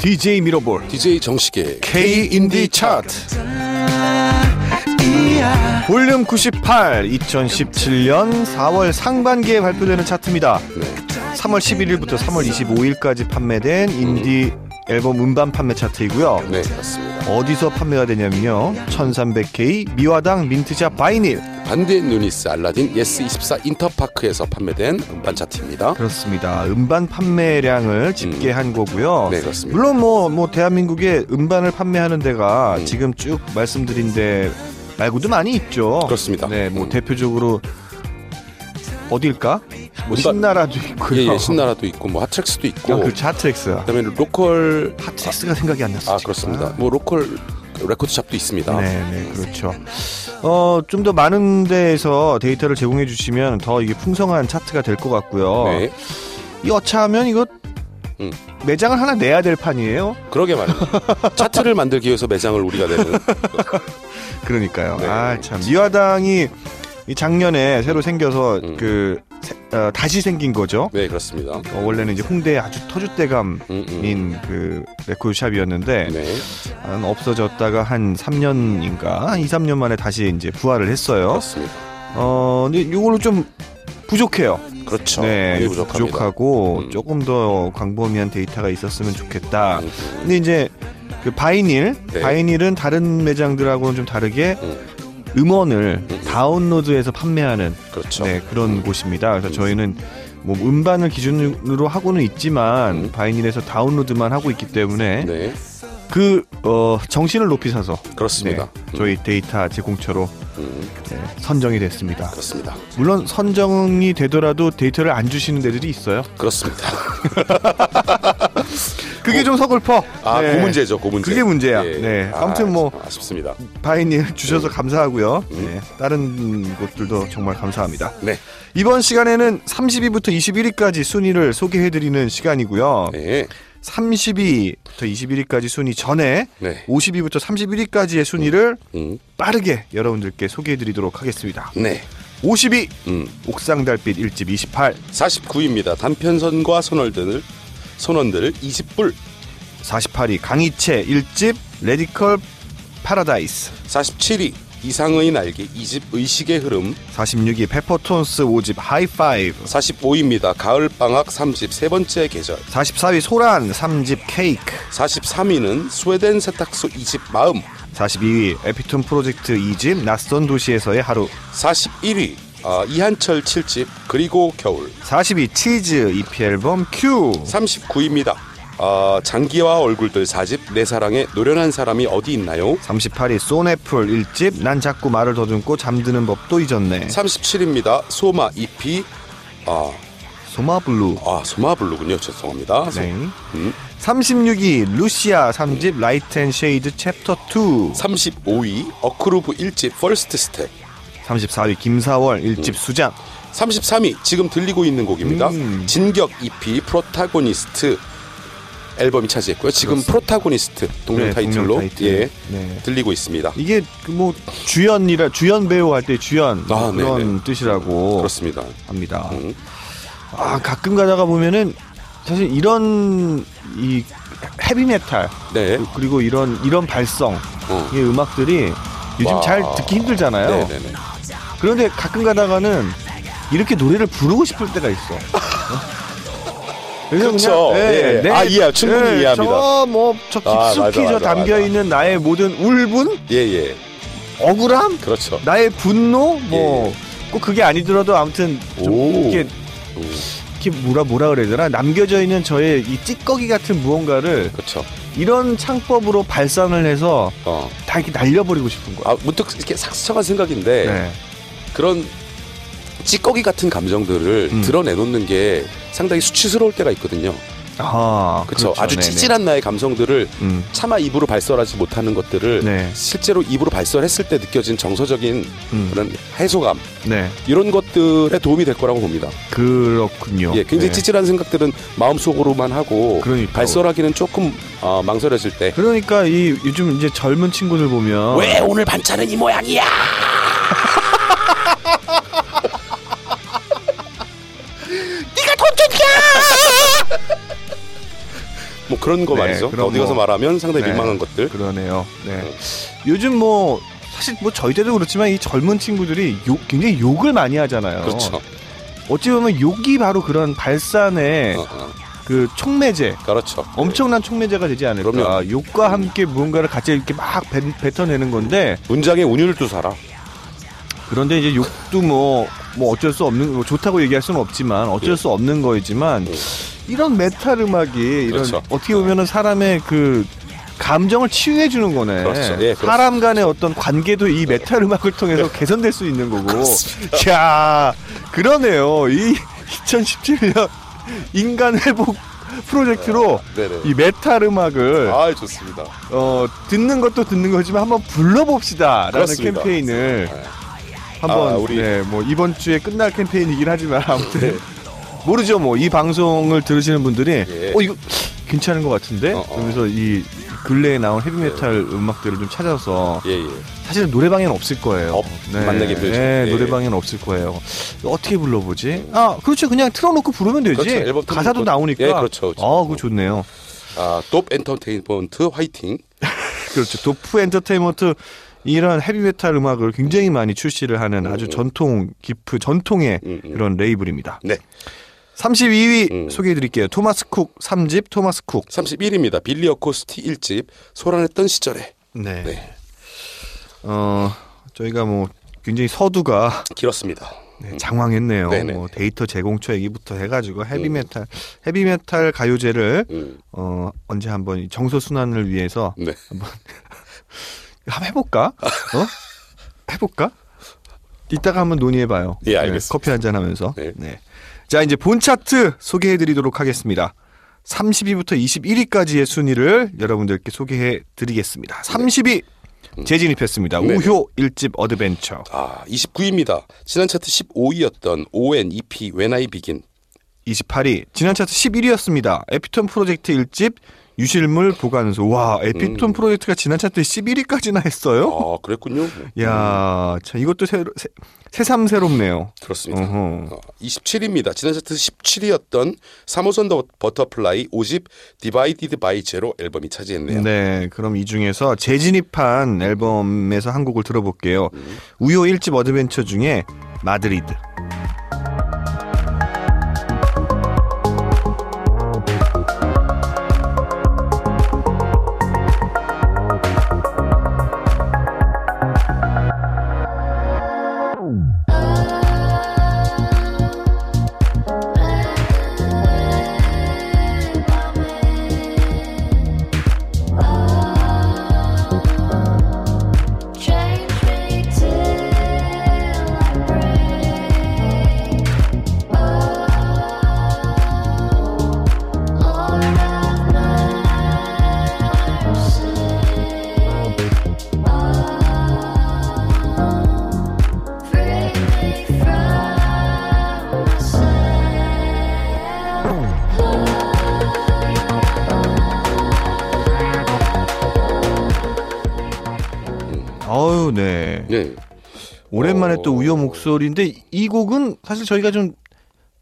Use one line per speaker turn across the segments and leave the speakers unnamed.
DJ 미러볼
DJ 정식의
K 인디 차트 볼륨 98 2017년 4월 상반기에 발표되는 차트입니다.
네.
3월 11일부터 3월 25일까지 판매된 인디 앨범 음반 판매 차트이고요.
네 맞습니다.
어디서 판매가 되냐면요. 1300K 미화당 민트샵 바이닐
반대 누니스 알라딘 예스 24 인터파크에서 판매된 음반 차트입니다. 예,
그렇습니다. 음반 판매량을 집계한 거고요.
네, 그렇습니다.
물론 뭐, 뭐 대한민국에 음반을 판매하는 데가
음.
지금 쭉 말씀드린 데 말고도 많이 있죠.
그렇습니다.
네, 뭐
음.
대표적으로 어딜까? 뭐
음반-
신나라도 있고요.
예, 예, 신나라도 있고 뭐 하트렉스도 있고
그러니까. 그냥 그 차트렉스.
그다음에 로컬
하트렉스가 생각이 안 났어.
아 그렇습니다. 아. 뭐 로컬 레코드샵도 있습니다.
네, 네, 그렇죠. 어, 좀 더 많은 데에서 데이터를 제공해 주시면 더 이게 풍성한 차트가 될 것 같고요.
네,
이 어차하면 이거
음.
매장을 하나 내야 될 판이에요.
그러게 말입니다. 차트를 만들기 위해서 매장을 우리가 내는
그러니까요.
네.
아 참 미화당이 이 작년에 새로 생겨서
음.
그 세- 어, 다시 생긴 거죠.
네 그렇습니다.
어, 원래는 이제 홍대 아주 터줏대감인
음, 음.
그 레코드샵이었는데
네
아, 없어졌다가 한 3년인가 한 2, 3년 만에 다시 이제 부활을 했어요.
그렇습니다.
어, 근데 이걸로 좀 부족해요.
그렇죠.
네,
많이 부족합니다.
부족하고
음.
조금 더 광범위한 데이터가 있었으면 좋겠다.
음, 음,
근데 이제 그 바이닐,
네.
바이닐은 다른 매장들하고는 좀 다르게
음,
음원을
음.
다운로드해서 판매하는
그렇죠.
네, 그런 곳입니다. 그래서
음.
저희는 뭐 음반을 기준으로 하고는 있지만
음.
바이닐에서 다운로드만 하고 있기 때문에
네
그 어, 정신을 높이 사서
그렇습니다.
네, 저희 데이터 제공처로
음,
네, 선정이 됐습니다.
그렇습니다.
물론 선정이 되더라도 데이터를 안 주시는 데들이 있어요.
그렇습니다.
그게 좀 서글퍼.
어. 아,
네.
그 문제죠, 그 문제.
그게 문제야. 네. 아무튼 뭐-
아, 아쉽습니다.
바이닐 주셔서 감사하고요.
음.
네, 다른 곳들도 정말 감사합니다.
네.
이번 시간에는 30위부터 21위까지 순위를 소개해드리는 시간이고요.
네.
30위부터 21위까지 순위 전에
네.
50위부터 31위까지의 순위를
음.
빠르게 여러분들께 소개해드리도록 하겠습니다.
네.
50위
음.
옥상달빛 1집 28,
49입니다. 단편선과 선언들을 선언들을 20불,
48위 강희채 1집 레디컬 파라다이스,
47위 이상의 날개 2집 의식의 흐름,
46위 페퍼톤스 5집 하이파이브,
45위입니다. 가을 방학 3집 세 번째 계절,
44위 소란 3집 케이크,
43위는 스웨덴 세탁소 2집 마음,
42위 에피톤 프로젝트 2집 낯선 도시에서의 하루
41위 아, 이한철 7집 그리고 겨울,
42 치즈 EP 앨범 Q
39위입니다. 아, 장기와 얼굴들 4집 내 사랑에 노련한 사람이 어디 있나요?
38위 쏘네풀 1집 난 자꾸 말을 더듬고 잠드는 법도 잊었네
37입니다. 소마 EP 아,
소마블루
아 소마블루군요. 죄송합니다. 소-
네.
음.
36위 루시아 3집 라이트 앤 쉐이드 챕터 2
35위 어크루브 1집 퍼스트 스텝
34위 김사월 1집 수장
33위 지금 들리고 있는 곡입니다.
음.
진격 EP 프로타고니스트 앨범이 차지했고요. 지금 프로타고니스트 동명
네,
타이틀로
동명 타이틀.
예
네.
들리고 있습니다.
이게 그뭐 주연이라 주연 배우 할 때 주연
아,
그런
네네.
뜻이라고
그렇습니다.
합니다.
음.
아 가끔 가다가 보면은 사실 이런 이 헤비메탈
네.
그리고 이런 이런 발성
어.
이 음악들이 요즘
와.
잘 듣기 힘들잖아요.
네네네.
그런데 가끔 가다가는 이렇게 노래를 부르고 싶을 때가 있어. 그래서 네,
그쵸. 예. 아, 이해해요. 충분히 이해합니다.
저뭐저
아, 맞아,
깊숙이 저
맞아,
담겨
맞아.
있는 나의 모든 울분,
예예.
억울함,
그렇죠.
나의 분노, 뭐
예.
꼭 그게 아니더라도 아무튼 좀
오.
이렇게
오,
이렇게 뭐라 뭐라 그래야 되나 남겨져 있는 저의 이 찌꺼기 같은 무언가를
그렇죠.
이런 창법으로 발산을 해서
어.
다 이렇게 날려버리고 싶은 거야.
아 문득 이렇게 삭스쳐간 생각인데
네.
그런 찌꺼기 같은 감정들을
음.
드러내놓는 게 상당히 수치스러울 때가 있거든요.
아,
그렇죠. 아주
네네.
찌질한 나의 감성들을
음.
차마 입으로 발설하지 못하는 것들을
네.
실제로 입으로 발설했을 때 느껴진 정서적인
음.
그런 해소감
네.
이런 것들에 도움이 될 거라고 봅니다.
그렇군요.
예, 굉장히
어, 네.
찌질한 생각들은 마음속으로만 하고
그러니까.
발설하기는 조금 어, 망설여질 때.
그러니까 이 요즘 이제 젊은 친구들 보면
왜 오늘 반찬은 이 모양이야? 네가 돈 줬냐? 뭐 그런 거
네,
말이죠.
그런
어디 가서
뭐-
말하면 상당히
네.
민망한 것들.
그러네요. 네. 요즘 뭐 사실 뭐 저희 때도 그렇지만 이 젊은 친구들이 욕, 굉장히 욕을 많이 하잖아요.
그렇죠.
어찌 보면 욕이 바로 그런 발산의
어, 어.
그 촉매제,
그렇죠.
엄청난 촉매제가 되지 않을까.
그럼요.
욕과 함께 무언가를 같이 이렇게 막 뱉, 뱉어내는 건데
문장에 운율을 두 사람.
그런데 이제 욕도 뭐, 뭐 어쩔 수 없는 뭐 좋다고 얘기할 수는 없지만 어쩔
예.
수 없는 거이지만
예.
이런 메탈 음악이 이런
그렇죠.
어떻게 보면은 사람의 그 감정을 치유해 주는 거네.
그렇죠. 예, 그렇죠.
사람 간의 어떤 관계도 이 메탈 음악을 통해서 개선될 수 있는 거고. 야, 그러네요. 이 2017년 인간 회복 프로젝트로
아, 네네.
이 메탈 음악을
아 좋습니다.
어, 듣는 것도 듣는 거지만 한번 불러봅시다라는
그렇습니다.
캠페인을
네.
한번
아, 우리- 네.
네, 뭐 이번 주에 끝날 캠페인이긴 하지만 아무튼 모르죠 뭐 이 방송을 들으시는 분들이
예.
어 이거 괜찮은 것 같은데
어, 예. 어.
그러면서 이 근래에 나온 헤비메탈 음악들을 좀 찾아서
예 예.
사실은 노래방에는 없을 거예요.
없- 만나기 힘들죠.
네,
예.
노래방에는 없을 거예요. 어떻게 불러보지? 아, 그렇죠. 그냥 틀어놓고 부르면 되지.
그렇죠. 앨범 틀어놓고-
가사도 나오니까.
예, 그렇죠, 그렇죠.
아, 그거 좋네요.
아돕 엔터테인먼트 화이팅.
그렇죠. 도프 엔터테인먼트 이런 헤비메탈 음악을 굉장히 많이 출시를 하는 아주 전통 깊은 전통의
음, 음.
그런 레이블입니다.
네.
32위
음.
소개해 드릴게요. 토마스 쿡 3집 토마스 쿡.
31입니다. 빌리 어코스티 1집 소란했던 시절에.
네.
네.
어, 저희가 뭐 굉장히 서두가
길었습니다.
네, 장황했네요.
음. 네네.
뭐 데이터 제공처 얘기부터 해 가지고 헤비메탈 헤비메탈 가요제를
음.
어, 언제 한번 이 정서 순환을 위해서
네.
한번 해볼까? 어? 해볼까? 이따가 한번 논의해봐요. 네,
예, 알겠습니다.
커피 한잔 하면서.
네.
네. 자, 이제 본 차트 소개해드리도록 하겠습니다. 30위부터 21위까지의 순위를 여러분들께 소개해드리겠습니다. 30위 재진입했습니다.
네. 음. 네네.
우효 1집 어드벤처.
아 29입니다. 지난 차트 15위였던 ON EP When I Begin.
28위 지난 차트 11위였습니다. 에피톤 프로젝트 1집 유실물 보관소. 와, 에피톤
음.
프로젝트가 지난 차트 11위까지나 했어요?
아 그랬군요.
야, 참 이것도 새로, 새, 새삼 새롭네요.
그렇습니다.
어허.
어, 27입니다. 지난 차트 17위였던 3호선 더 버터플라이 5집 Divided by Zero 앨범이 차지했네요.
네, 그럼 이 중에서 재진입한 앨범에서 한 곡을 들어볼게요. 우효 1집 어드벤처 중에 마드리드.
Change me till I break. Oh, all of my sake. Oh, free me from myself.
어우, 네.
네.
오랜만에
어.
또 우효 목소리인데 이- 이 곡은 사실 저희가 좀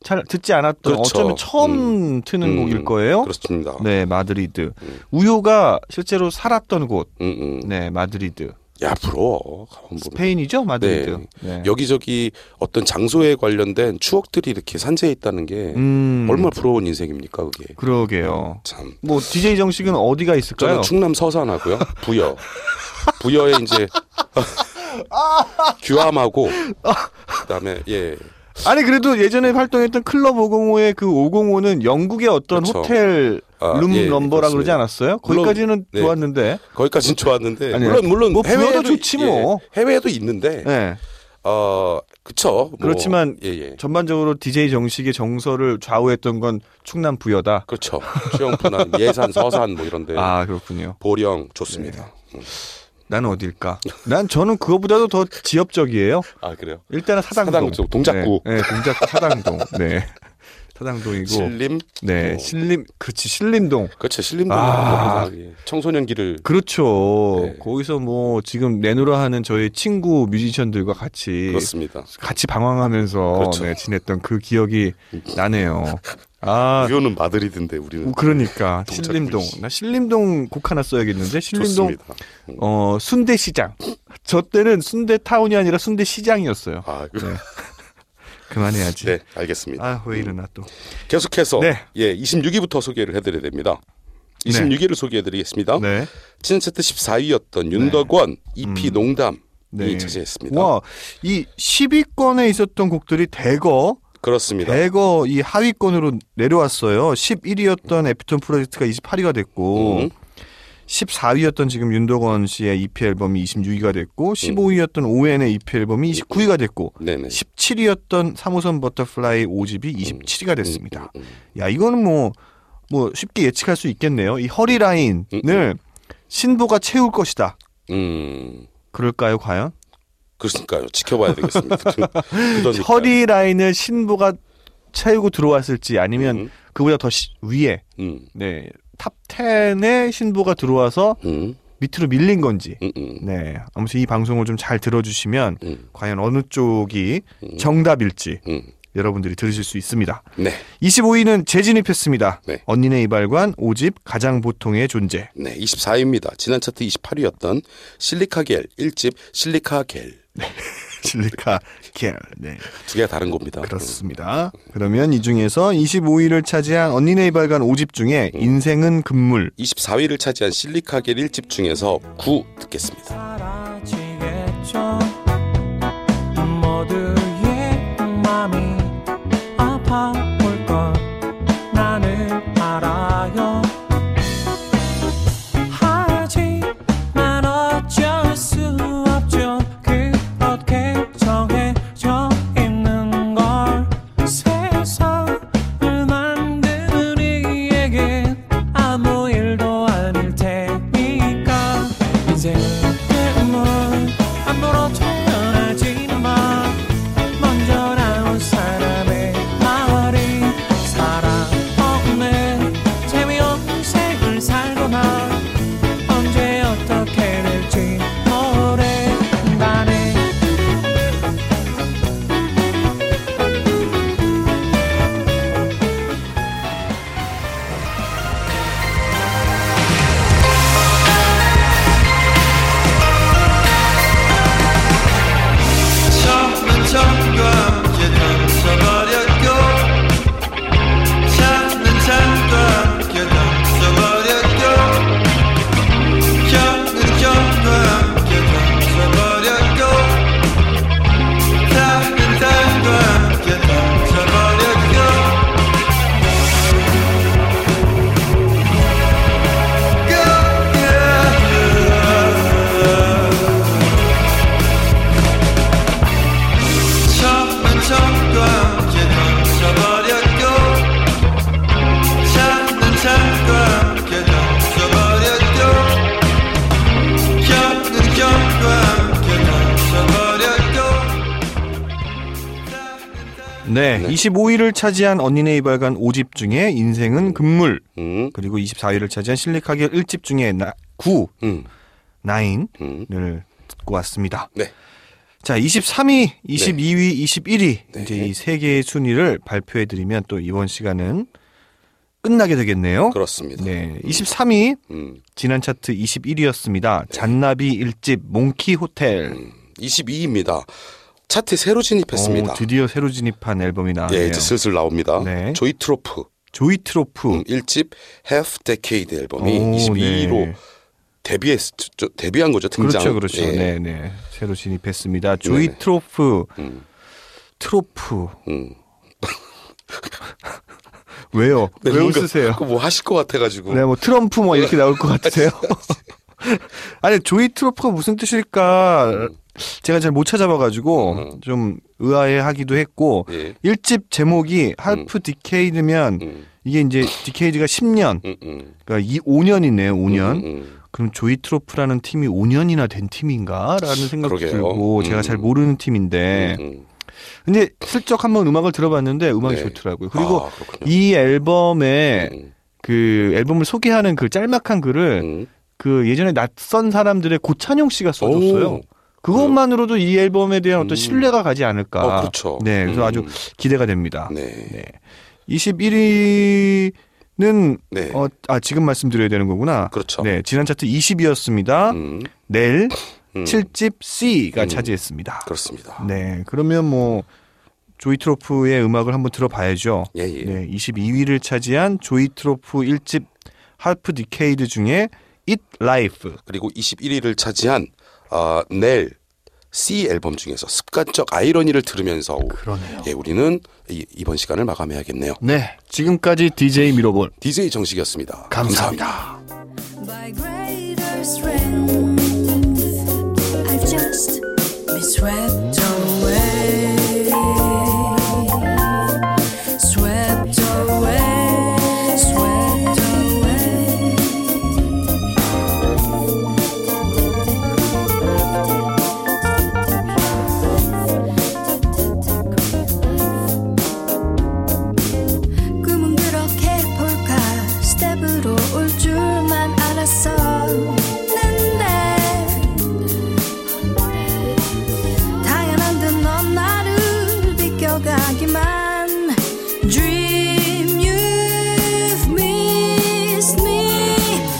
잘 듣지 않았던
그렇죠.
어쩌면 처음 트는
음,
곡일 거예요.
그렇습니다.
네, 마드리드. 우효가 실제로 살았던 곳.
음, 음.
네, 마드리드.
야 부러워. 가만 보면.
스페인이죠, 마드리드. 네.
여기저기 어떤 장소에 관련된 추억들이 이렇게 산재해 있다는 게
음,
얼마나 부러운 인생입니까 그게.
그러게요.
참.
뭐 DJ 정식은 어디가 있을까요?
저는 충남 서산하고요. 부여. 부여에 이제 규함하고 그다음에 예.
아니 그래도 예전에 활동했던 클럽 505의 그 505는 영국의 어떤
그렇죠.
호텔
아,
룸
예,
넘버라
그렇습니다.
그러지 않았어요?
물론,
거기까지는
네.
좋았는데.
거기까진 좋았는데
아니,
물론 물론
뭐 부여도
해외에도
좋지 뭐.
예, 해외에도 있는데
네.
어 그쵸. 뭐,
그렇지만
예, 예.
전반적으로 DJ 정식의 정서를 좌우했던 건 충남 부여다.
그렇죠. 수영분한 예산 서산 뭐 이런데
아 네. 그렇군요.
보령 좋습니다.
난 어딜까? 난 저는 그거보다도 더 지역적이에요.
아 그래요.
일단은 사당동,
사당동 쪽, 동작구.
네, 네, 동작구 사당동, 네, 사당동이고,
신림
네,
어.
신림, 그렇지, 신림동.
그렇죠. 신림동
아.
아. 예. 청소년기를
그렇죠.
네.
거기서 뭐 지금 내누라 하는 저희 친구 뮤지션들과 같이
그렇습니다.
같이 방황하면서
그렇죠.
네, 지냈던 그 기억이 나네요. 아
우효는 마드리드인데 우리는
그러니까
동작불씨.
신림동 나 신림동 곡 하나 써야겠는데 신림동
좋습니다. 음.
어 순대 시장 저 때는 순대 타운이 아니라 순대 시장이었어요. 네.
아,
그만해야지.
네, 알겠습니다.
아 왜 이러나 또.
계속해서
네.
예, 26위부터 소개를 해드려야 됩니다. 26위를 소개해드리겠습니다.
네.
지난 차트 14위였던 윤덕원, EP 농담이
음. 네.
차지했습니다.
와, 이 10위권에 있었던 곡들이 대거
그렇습니다.
대거 이 하위권으로 내려왔어요. 11위였던 에피톤 프로젝트가 28위가 됐고
음.
14위였던 지금 윤덕원 씨의 EP 앨범이 26위가 됐고 15위였던 오웬의 EP 앨범이 29위가 됐고
음. 네네.
17위였던 3호선 버터플라이 5집이 27위가 됐습니다.
음,
야, 이거는 뭐, 뭐 쉽게 예측할 수 있겠네요. 이 허리라인을
음, 음.
신보가 채울 것이다.
음,
그럴까요, 과연?
그렇습니까요. 지켜봐야 되겠습니다. 그러니까요.
허리라인을 신보가 채우고 들어왔을지 아니면
음.
그보다 더 시- 위에,
음,
네, 탑 10에 신보가 들어와서
음,
밑으로 밀린 건지.
음, 음,
네, 아무튼 이 방송을 좀 잘 들어주시면
음,
과연 어느 쪽이
음.
정답일지
음.
여러분들이 들으실 수 있습니다.
네,
25위는 재진입했습니다.
네.
언니네 이발관 5집 가장 보통의 존재.
네, 24위입니다. 지난 차트 28위였던 실리카겔 1집 실리카겔
실리카 겔. 네.
두 개가 다른 겁니다.
그렇습니다. 그러면 이 중에서 25위를 차지한 언니네 이발관 5집 중에
음.
인생은 금물.
24위를 음, 차지한 실리카겔 1집 중에서 9 듣겠습니다.
사라지겠죠 모두의 마음이 아파올 걸 나는 알아요 하지만 어쩔 수 없죠 그렇게 정해져 있는 걸 세상을 만드는 이에겐 아무 일도 아닐 테니까 인생은 그물 함부로 태어나지는 마 먼저 나온 사람의 말이 살아없네 재미없는 생을 살거나 언제 어떻게 될지 모른다네
처음엔 처음과 함께 던져버렸고 차는 차과 함께 던져버렸고 경은 경과 함께 던져버렸고 달은 달과 함께 던져버렸고 처음엔 처음과 함께 던져버렸고 차는 차과 함께 던져버렸고 경은 경과 함께 던져버렸고
네. 25위를 차지한 언니네 이발관 5집 중에 인생은 금물.
음,
그리고 24위를 차지한 실리카겔 1집 중에 나, 9,
음,
9을
음.
듣고 왔습니다.
네,
자, 23위, 22위, 21위
네.
이제 이 세 개의 순위를 발표해 드리면 또 이번 시간은 끝나게 되겠네요.
그렇습니다.
네, 23위
음,
지난 차트
네.
21위였습니다. 잔나비 일집 몽키
음,
호텔.
22위입니다. 차트 새로 진입했습니다.
오, 드디어 새로 진입한 앨범이 나왔네요.
예, 이제 슬슬 나옵니다.
네.
조이 트로프
조이 트로프.
음, 1집 Half Decade 앨범이
오,
22위로
네.
데뷔했 저- 데뷔한 거죠 등장.
그렇죠, 그렇죠.
예.
네, 네. 새로 진입했습니다. 조이
네네.
트로프.
음.
트로프.
음.
왜요?
네,
왜
뭔가
웃으세요?
그거 뭐 하실 것 같아가지고.
네, 뭐 트럼프 뭐 이렇게 나올 것 같으세요? 아니 조이 트럼프가 무슨 뜻일까 제가 잘 못 찾아봐가지고
음.
좀 의아해하기도 했고
예.
일집 제목이 할프 디케이드면
음,
이게 이제 디케이드가 10년
음, 음.
그러니까 이 5년이네요 5년
음, 음.
그럼 조이 트로프라는 팀이 5년이나 된 팀인가라는 생각
그러게요.
들고
음.
제가 잘 모르는 팀인데
음,
근데 슬쩍 한번 음악을 들어봤는데 음악이
네.
좋더라고요 그리고
아, 그렇군요.
이 예. 앨범에
음,
그 앨범을 소개하는 그 짤막한 글을
음.
그 예전에 낯선 사람들의 고찬용 씨가 써줬어요.
오.
그것만으로도 이 앨범에 대한 어떤
음.
신뢰가 가지 않을까.
어, 그렇죠.
네, 그래서
음.
아주 기대가 됩니다.
네.
네. 21위는
네.
어, 아 지금 말씀드려야 되는 거구나.
그렇죠.
네, 지난 차트 20위였습니다.
음,
내일
음,
칠 7집 C가
음.
차지했습니다.
그렇습니다.
네, 그러면 뭐 조이 트로프의 음악을 한번 들어봐야죠.
예, 예.
네, 22위를 차지한 조이 트로프 1집 하프 디케이드 중에 It Life.
그리고 21위를 차지한 아, 넬 C 앨범 중에서 습관적 아이러니를 들으면서
그러네요.
예, 우리는 이, 이번 시간을 마감해야겠네요.
네, 지금까지 DJ 미로볼
DJ 정식이었습니다.
감사합니다.
By greater strength, I've just been swept away, swept away, swept away. 꿈은 그렇게 볼까 스텝으로 올 줄만 알았었는데 당연한 듯 넌 나를 비껴가기만 Dream you've missed me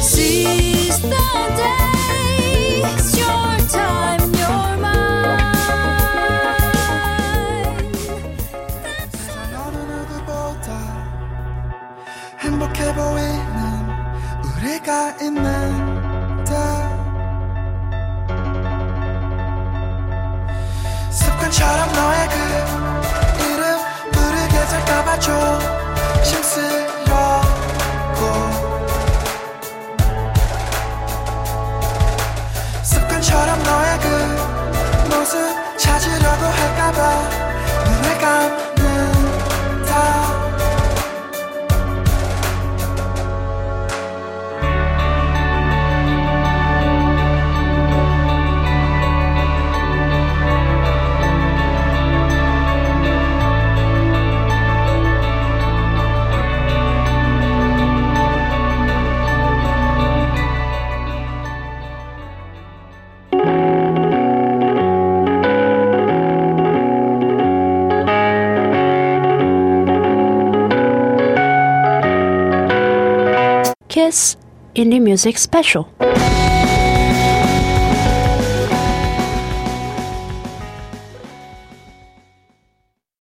Seize the day It's your time, your mine
세상 어느 누구보다 행복해 보이는 우리가 있는데 습관처럼 너의 그 이름 부르게 될까봐 조심스럽고 습관처럼 너의 그 모습 찾으려고 할까봐 눈을 감는다
Kiss Indie Music Special.